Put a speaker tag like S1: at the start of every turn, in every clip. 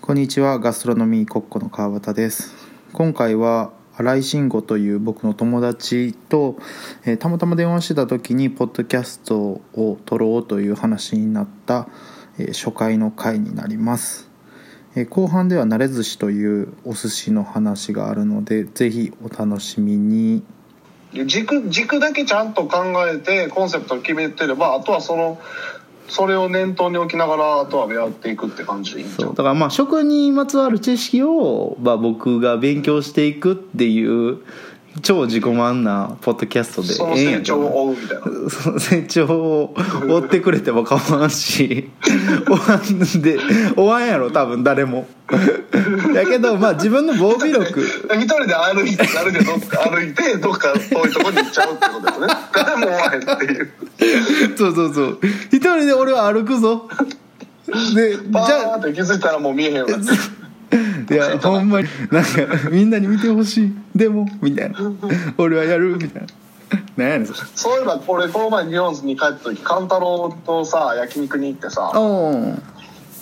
S1: こんにちはガストロノミーコッコの川端です今回は新井慎吾という僕の友達と、えーたまたま電話してた時にポッドキャストを撮ろうという話になった、えー初回の回になります、えー後半では慣れ寿司というお寿司の話があるのでぜひお楽しみに
S2: 軸軸だけちゃんと考えてコンセプトを決めてればあとはそのそれを念頭に置きながらあとはやっていくって感じでいいんちゃ
S3: そう
S2: う
S3: だからまあ食にまつわる知識を、まあ、僕が勉強していくっていう超自己満なポッドキャストで
S2: その
S3: ええんや
S2: 成
S3: け
S2: 長
S3: どな
S2: を追うみたいな
S3: その成長を追ってくれても構わんし 終わんで終わんやろ多分誰もやけどまあ自分の防備力
S2: 一人で歩いて歩いてどっか歩いてどっか遠いとこに行っちゃうってことですね誰も追わへんっていう
S3: そうそうそう一人で俺は歩くぞでじ
S2: パー
S3: ゃ
S2: って気づいたらもう見えへんようになって
S3: あいやほんまになんかみんなに見てほしいでもみたいな俺はやるみたいな何やねんそれ
S2: そういえば俺この前日本に帰った時勘太郎とさ焼肉に行ってさ
S3: おー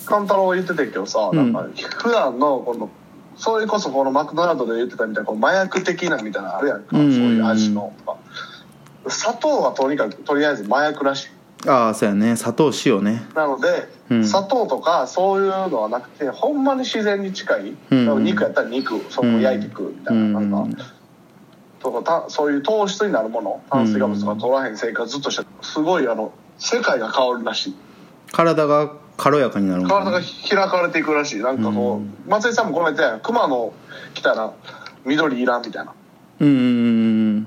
S2: 勘太郎言ってたけどさ、
S3: ん
S2: なんか普段のこのそれこそこのマクドナルドで言ってたみたいなこう麻薬的なみたいなのあるやんか、
S3: うんうんうん
S2: そういう味の砂糖はとにかくとりあえず麻薬らしい
S3: ああそうやね砂糖塩ね
S2: なので、
S3: うん
S2: 砂糖とかそういうのはなくてほんまに自然に近い、
S3: うんうん
S2: 肉やったら肉そこ焼いていくみたいな,、
S3: うん
S2: なんかとかたそういう糖質になるもの炭水化物とか取らへん生活ずっとしてすごいあの世界が変わるらしい
S3: 体が軽やかになるもん
S2: 体が開かれていくらしいなんかこう、松井さんもごめんね熊の来たら緑いらんみたいな
S3: うんうんうんうん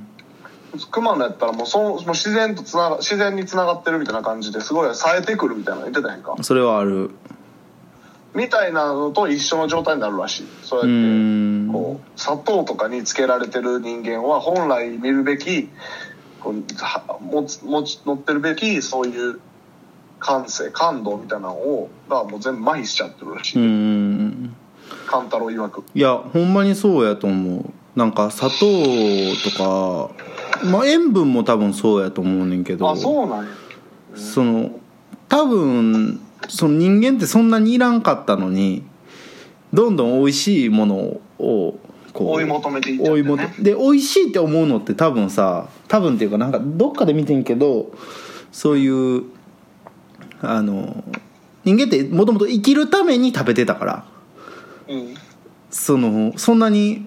S2: 熊のやったらもうそうもう自然とつなが自然につながってるみたいな感じですごい冴えてくるみたいなの言ってたやんか
S3: それはある
S2: みたいなのと一緒の状態になるらしいそうや
S3: う
S2: って
S3: ん
S2: こう砂糖とかにつけられてる人間は本来見るべきこうは持つ持ち乗ってるべきそういう感性感動みたいなのをがもう全部麻痺しちゃってるらし
S3: う
S2: い、
S3: ん
S2: 勘太郎曰く
S3: いやほんまにそうやと思うなんか砂糖とか、まあ、塩分も多分そうやと思うねんけど
S2: あそうなんや
S3: その多分その人間ってそんなにいらんかったのにどんどん美味しいものをこう
S2: 追い求めていっちゃっ
S3: 追
S2: て
S3: い求
S2: ね
S3: で美味しいって思うのって多分さ多分っていうかなんかどっかで見てんけどそういうあの人間ってもともと生きるために食べてたから
S2: うん
S3: そのそんなに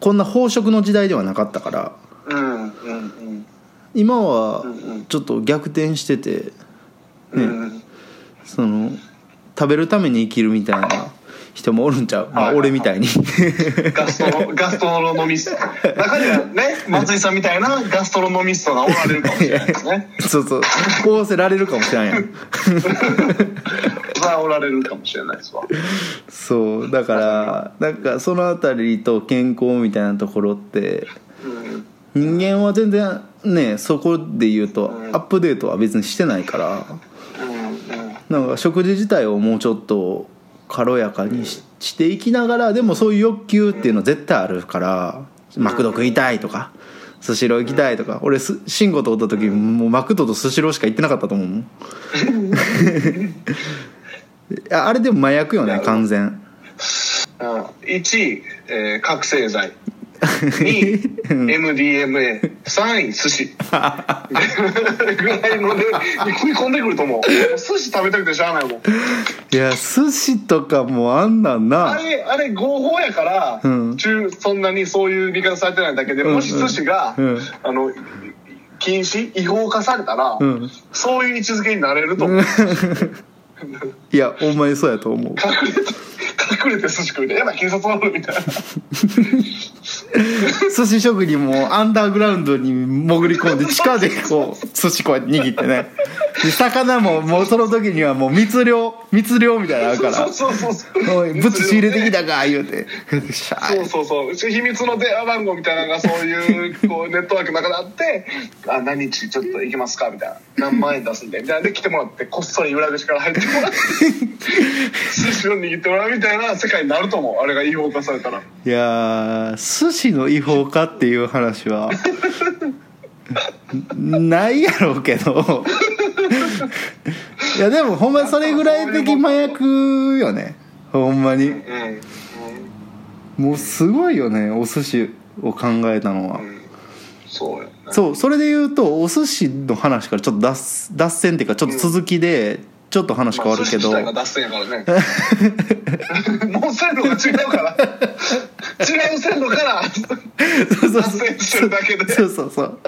S3: こんな飽食の時代ではなかったから
S2: うんうんうん
S3: 今は
S2: うんうん
S3: ちょっと逆転してて
S2: うん
S3: その食べるために生きるみたいな人もおるんちゃう、ま
S2: は
S3: あ、
S2: いはい
S3: 俺みたいに
S2: ガストロガストロノミスト中にはね松井さんみたいなガストロノミストがおられるかもしれないですね
S3: そうそうこうせられるかもしれんや ん
S2: それはおられるかもしれないですわ
S3: そうだからなんかそのあたりと健康みたいなところって
S2: うん
S3: 人間は全然ねそこで言うと
S2: うん
S3: アップデートは別にしてないから
S2: うん
S3: なんか食事自体をもうちょっと軽やかにししていきながらでもそういう欲求っていうのは絶対あるからマクド食いたいとかスシロー行きたいとか俺す慎吾とおった時もうマクドとスシローしか行ってなかったと思う もんああれでも麻薬よね完全
S2: うん1位、えー覚醒剤2位 MDMA3 位寿司ぐらいので食い込んでくると思う寿司食べたくてしゃあないもん
S3: いや寿司とかもあんなん
S2: あ
S3: な
S2: れ、あれ合法やから、
S3: うん
S2: 中そんなにそういう見方されてないだけで、
S3: ん
S2: もし寿司が、
S3: うん
S2: あの、禁止、違法化されたら、
S3: うん
S2: そういう位置づけになれると思う。隠
S3: いやほんまにそうやと思う
S2: れて、 隠れて寿司食うて、やばい、警察おるみたいな。
S3: 寿司職人もアンダーグラウンドに潜り込んで地下でこ う寿司こうやって握ってねで魚ももうその時にはもう密漁密漁みたいなのあるから
S2: そうそうそ
S3: 「
S2: うそう。
S3: おい物仕入れてきたか」言うて「しゃ
S2: そう
S3: ー
S2: そうそう。うち秘密の電話番号みたいなのがそういう、 こう、ネットワークの中であって、あ、何日ちょっと行きますかみたいな。何万円出すんで。みたいな。で、来てもらって、こっそり裏口から入ってもら って、寿司を握ってもらうみたいな世界になると思う。あれが違法化されたら。
S3: いやー寿司の違法かっていう話は ないやろうけどいやでもほんまにそれぐらい的麻薬よねほんまに
S2: うん
S3: もうすごいよねお寿司を考えたのは
S2: うん、うん、そうやな
S3: そうそれで言うとお寿司の話からちょっと脱脱線っていうかちょっと続きでちょっと話変わるけど、
S2: まあ寿司自体 が脱線やからねもう線路が違うから違う線路から
S3: そうそう
S2: 脱線してるだけ で
S3: そうそうそう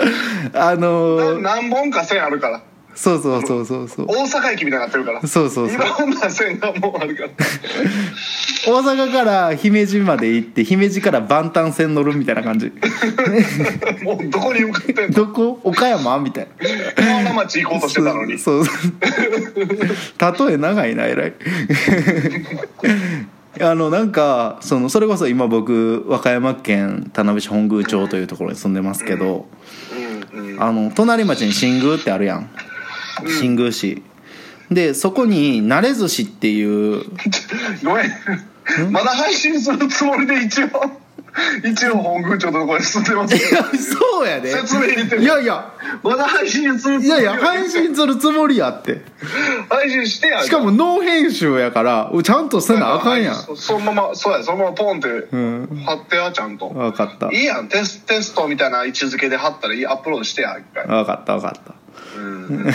S3: あのー
S2: な何本か線あるから
S3: そうそうそうそうそう
S2: 大阪駅みたいになってるから
S3: そうそうそう
S2: いろんな線がもうあるから
S3: 大阪から姫路まで行って姫路から万端線乗るみたいな感じ
S2: もうどこに向かってんの
S3: どこ岡山みたいな
S2: 河原町行こうとしてたのに
S3: そうそう例え長いな偉い あのなんかそのそれこそ今僕和歌山県田辺市本宮町というところに住んでますけど、
S2: うんうん
S3: あの隣町に新宮ってあるやん新宮市でそこに慣れ寿司っていう
S2: ごめんまだ配信するつもりで一応一応本宮町のところに住んでますけど
S3: そうやで
S2: 説明入れてる
S3: いやいや
S2: まだ配信するつもり
S3: いやいや配信するつもりやって
S2: 配信してや
S3: しかもノー編集やからちゃんとせなあかんやん
S2: そそのままそうやそのままポンって
S3: ん
S2: 貼ってやちゃんと、
S3: 分かった
S2: いいやんテステストみたいな位置づけで貼ったらいいアップロードしてや一回
S3: 分かった分かった
S2: うん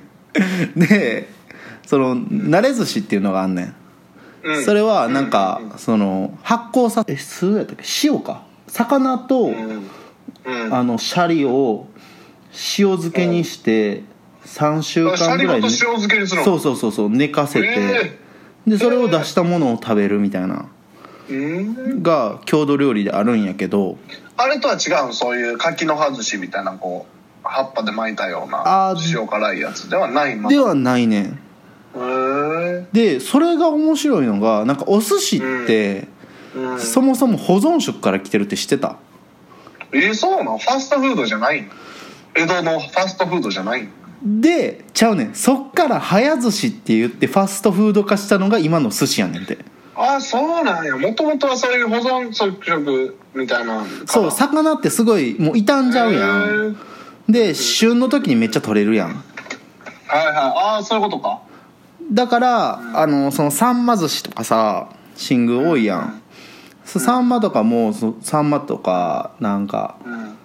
S3: でその慣れ寿司っていうのがあんねん、
S2: うん
S3: それはなんか、その発酵さえ酢やったっけ塩か魚と、
S2: うんうん
S3: あのシャリを塩漬けにして3週
S2: シャ
S3: 間
S2: リ
S3: ぐらい
S2: ごと
S3: ね
S2: 塩漬けにする
S3: そ
S2: の
S3: うそうそうそう寝かせて、
S2: え
S3: でそれを出したものを食べるみたいな
S2: うん
S3: が郷土料理であるんやけど
S2: あれとは違うのそういう柿の葉寿司みたいなこう葉っぱで巻いたよう
S3: あ
S2: な
S3: ー
S2: 塩辛いやつではないのへ
S3: ではないねん
S2: え
S3: でそれが面白いのがなんかお寿司って、
S2: うん
S3: そもそも保存食から来てるって知ってた
S2: えそうなのファストフードじゃないの江戸のファストフードじゃないの
S3: でちゃうねんそっから早寿司って言ってファストフード化したのが今の寿司やねんて
S2: あそうなんやもともとはそういう保存食みたいな
S3: そう魚ってすごいもう傷んじゃうや
S2: へ
S3: ん
S2: ー
S3: で旬の時にめっちゃ取れるやん
S2: はいはいああそういうことか
S3: だからあのそのさんま寿司とかさ新宮多いやんそうさんまとかもそさんまとかなんか、
S2: うん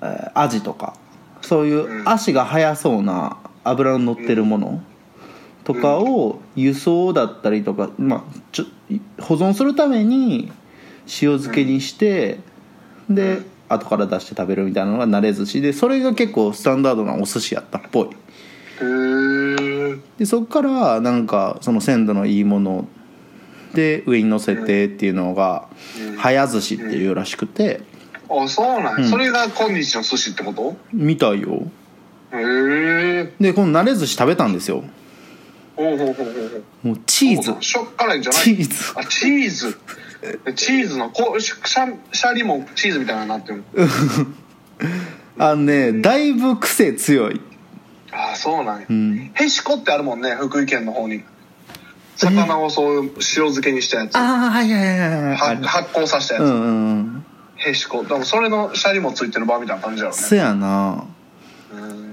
S3: えーアジとかそういう足が速そうな脂の乗ってるものとかを輸送だったりとか、まあ、ちょ保存するために塩漬けにして、で後から出して食べるみたいなのが慣れ寿司でそれが結構スタンダードなお寿司やったっぽい
S2: へえ
S3: でそっからなんかその鮮度のいいもので上に乗せてっていうのが早寿司っていうらしくて
S2: あそうなんや、それが今日の寿司ってこと
S3: みたいよ
S2: へえ
S3: でこの慣れ寿司食べたんですよ
S2: おうほうほうほうほう
S3: もうチーズ
S2: しょっからいんじゃない
S3: チーズ
S2: あチーズチーズのこうシャシャリもチーズみたいなのになってる
S3: あのねだいぶ癖強い
S2: ああそうなんや、へしこってあるもんね福井県の方に魚をそういう塩漬けにしたやつは
S3: ああはいはいはいはいあれ
S2: 発酵させたやつ、
S3: うんうんうん
S2: へしこでもそれのシャリもついてる場みたいな感じやろね
S3: そやな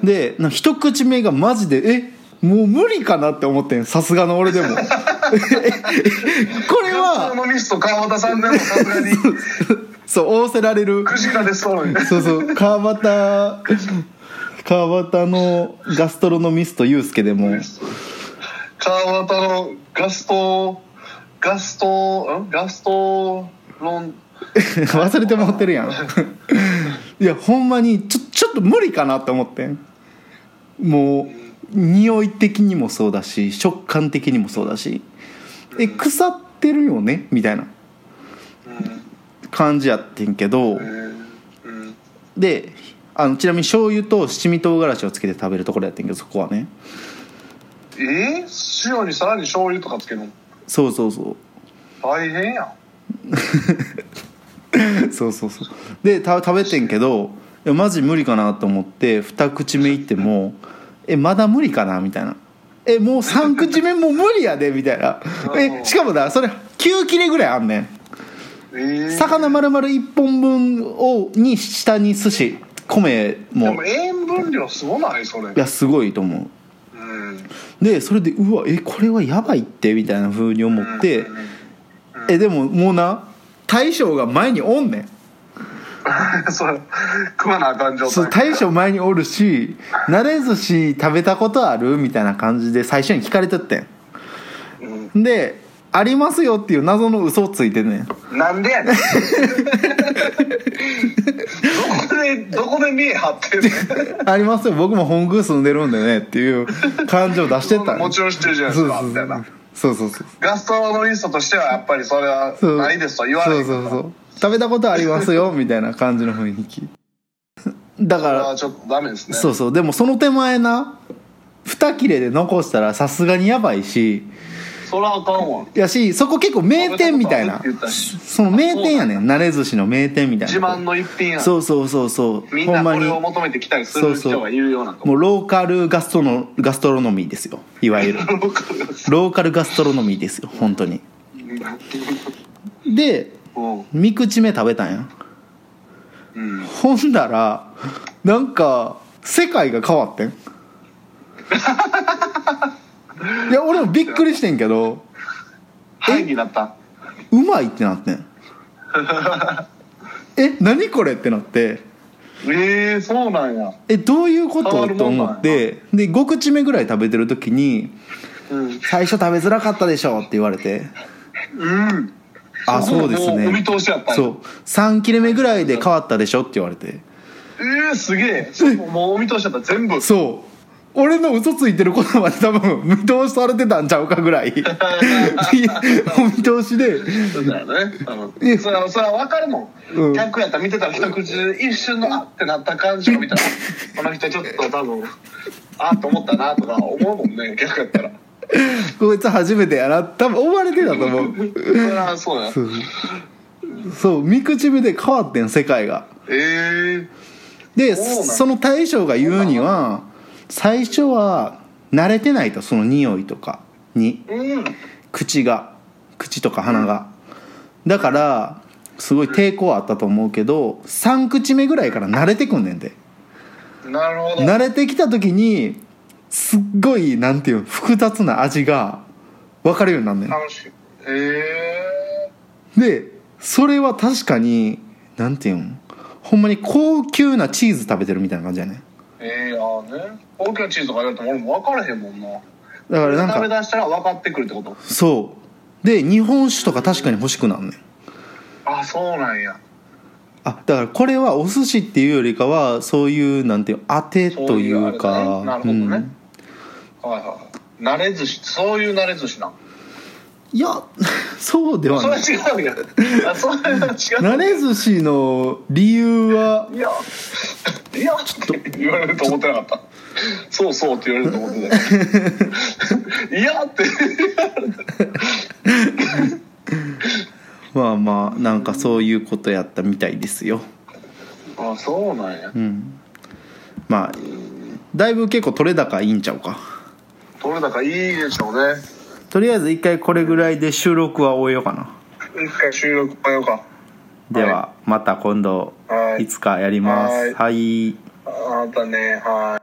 S3: でなんか一口目がマジでえもう無理かなって思ってんさすがの俺でもええこれ
S2: 普通
S3: は
S2: のミスと川端さんでもさすがに
S3: そう仰せられる
S2: くじが出そうに
S3: そうそう川端川端のガストロノミストユうスケでも
S2: 川端のガストガストんガストロン
S3: 忘れてもらってるやんいやほんまにちょちょっと無理かなって思ってんもう匂い的にもそうだし食感的にもそうだしえ腐ってるよねみたいな感じやってんけど
S2: うん
S3: であのちなみに醤油と七味唐辛子をつけて食べるところやってんけどそこはね
S2: えー、塩にさらに醤油とかつけるの
S3: そうそうそう
S2: 大変やん
S3: そうそうそうでた食べてんけどいやマジ無理かなと思って二口目いって もえまだ無理かなみたいなえもう三口目も無理やでみ たいなえしかもだそれ9切れぐらいあんね
S2: え
S3: ん
S2: ー、
S3: 魚丸々1本分をに下に寿司米
S2: で
S3: も
S2: も塩分量すごないそれ
S3: いやすごいと思う
S2: うんうん
S3: でそれでうわえこれはやばいってみたいな風に思ってえでももうな大将が前におんねん
S2: そう食わなあかん状態
S3: そう大将前におるし慣れ寿司食べたことあるみたいな感じで最初に聞かれとってんで「ありますよ」っていう謎の嘘をついてんねん
S2: なんでやねんどこでどこで見え張ってん
S3: 「
S2: の
S3: ありますよ僕も本宮住んでるんでね」っていう感じを出してった
S2: もちろん知ってるじゃないですかみたいな
S3: そうそうそうそうそう
S2: ガストロノリストとしてはやっぱりそれは
S3: そう
S2: ないですと言われ
S3: そ
S2: る
S3: うそうそう食べたことありますよみたいな感じの雰囲気だか
S2: それ
S3: ら
S2: はちょっとダメですね
S3: そうそうでもその手前な2切れで残したらさすがにやばいし
S2: それはあかんわ
S3: やしそこ結構名店みたいな
S2: 食べたことあるって言ったし
S3: その名店やねん慣れ寿司の名店みたいな
S2: 自慢の一品やん
S3: そうそうそうそう
S2: みんな
S3: ほんま
S2: こ
S3: に
S2: れを求めてきたりする人がいるような
S3: もうローカルガストのガストロノミーですよいわゆ るローカルガストロノミーですよ本当にで
S2: も
S3: 3口目食べたんや
S2: う、うん、
S3: ほんだらなんか世界が変わ ってんいや俺もびっくりしてんけど
S2: はいになった
S3: うまいってな ってんえ何これってなって
S2: えー、そうなんや
S3: えどういうこと
S2: 変わる
S3: と
S2: もんなん
S3: 思
S2: や
S3: ってで5口目ぐらい食べてる時に
S2: う
S3: 「
S2: ん
S3: 最初食べづらかったでしょ」って言われて
S2: うん
S3: 「あ
S2: そこ
S3: そうです
S2: もうお見
S3: ね
S2: 通しやった」んや
S3: そう3切れ目ぐらいで変わったでしょって言われて
S2: えー、すげえそこもうお見通しやった全部
S3: そう俺の嘘ついてることまで多分見通しされてたんちゃうかぐら いいやお見通しで
S2: そうだよね。
S3: いや
S2: うん、それは、それは分かるも
S3: うん
S2: ん。100やったら見てたら一口で一瞬のあってなった感じを見たら、この人ちょっと多分、あっと思ったなとか思うもんね、100やったら。
S3: こいつ初めてやな多分思われてたと思う
S2: それはそうや。
S3: そうそう3口目で変わってん世界が
S2: え
S3: で
S2: そうなん
S3: その大将が言うには最初は慣れてないとその匂いとかに
S2: えうん。
S3: 口が口とか鼻が、だからすごい抵抗はあったと思うけど3口目ぐらいから慣れてくんねんで
S2: なるほど。
S3: 慣れてきた時にすっごいなんていうの複雑な味が分かるようになんねん
S2: 楽しい。え
S3: でそれは確かになんていうんほんまに高級なチーズ食べてるみたいな感じやねん
S2: えええああね。大きなチーズとか言われても俺も分からへんもんな。
S3: だからなんか
S2: 食べ出したら分かってくるってこと。
S3: そうで日本酒とか確かに欲しくなんねん
S2: あ、そうなんや。
S3: あだからこれはお寿司っていうよりかはそういうなんていう当てというか
S2: なるほどね。
S3: う
S2: はい
S3: ん
S2: はいはい。慣れ寿司、そういう慣れ寿司なん。
S3: いや そうでは
S2: それ
S3: な
S2: はい違うやん。あそれは違う。
S3: なれ寿司の理由はい
S2: や、いやって言われると思ってなかった。そうそうって言われると思っ てた。いやって。
S3: まあまあなんかそういうことやったみたいですよ
S2: あ、そうなんや
S3: う。んまあだいぶ結構取れ高いいんちゃうか
S2: 取れ高いいでしょうね。
S3: とりあえず一回これぐらいで収録は終えようかな
S2: 一回収録終えようか。
S3: ではまた今度
S2: はい
S3: いつかやります
S2: はい
S3: はい
S2: あなたね、はい。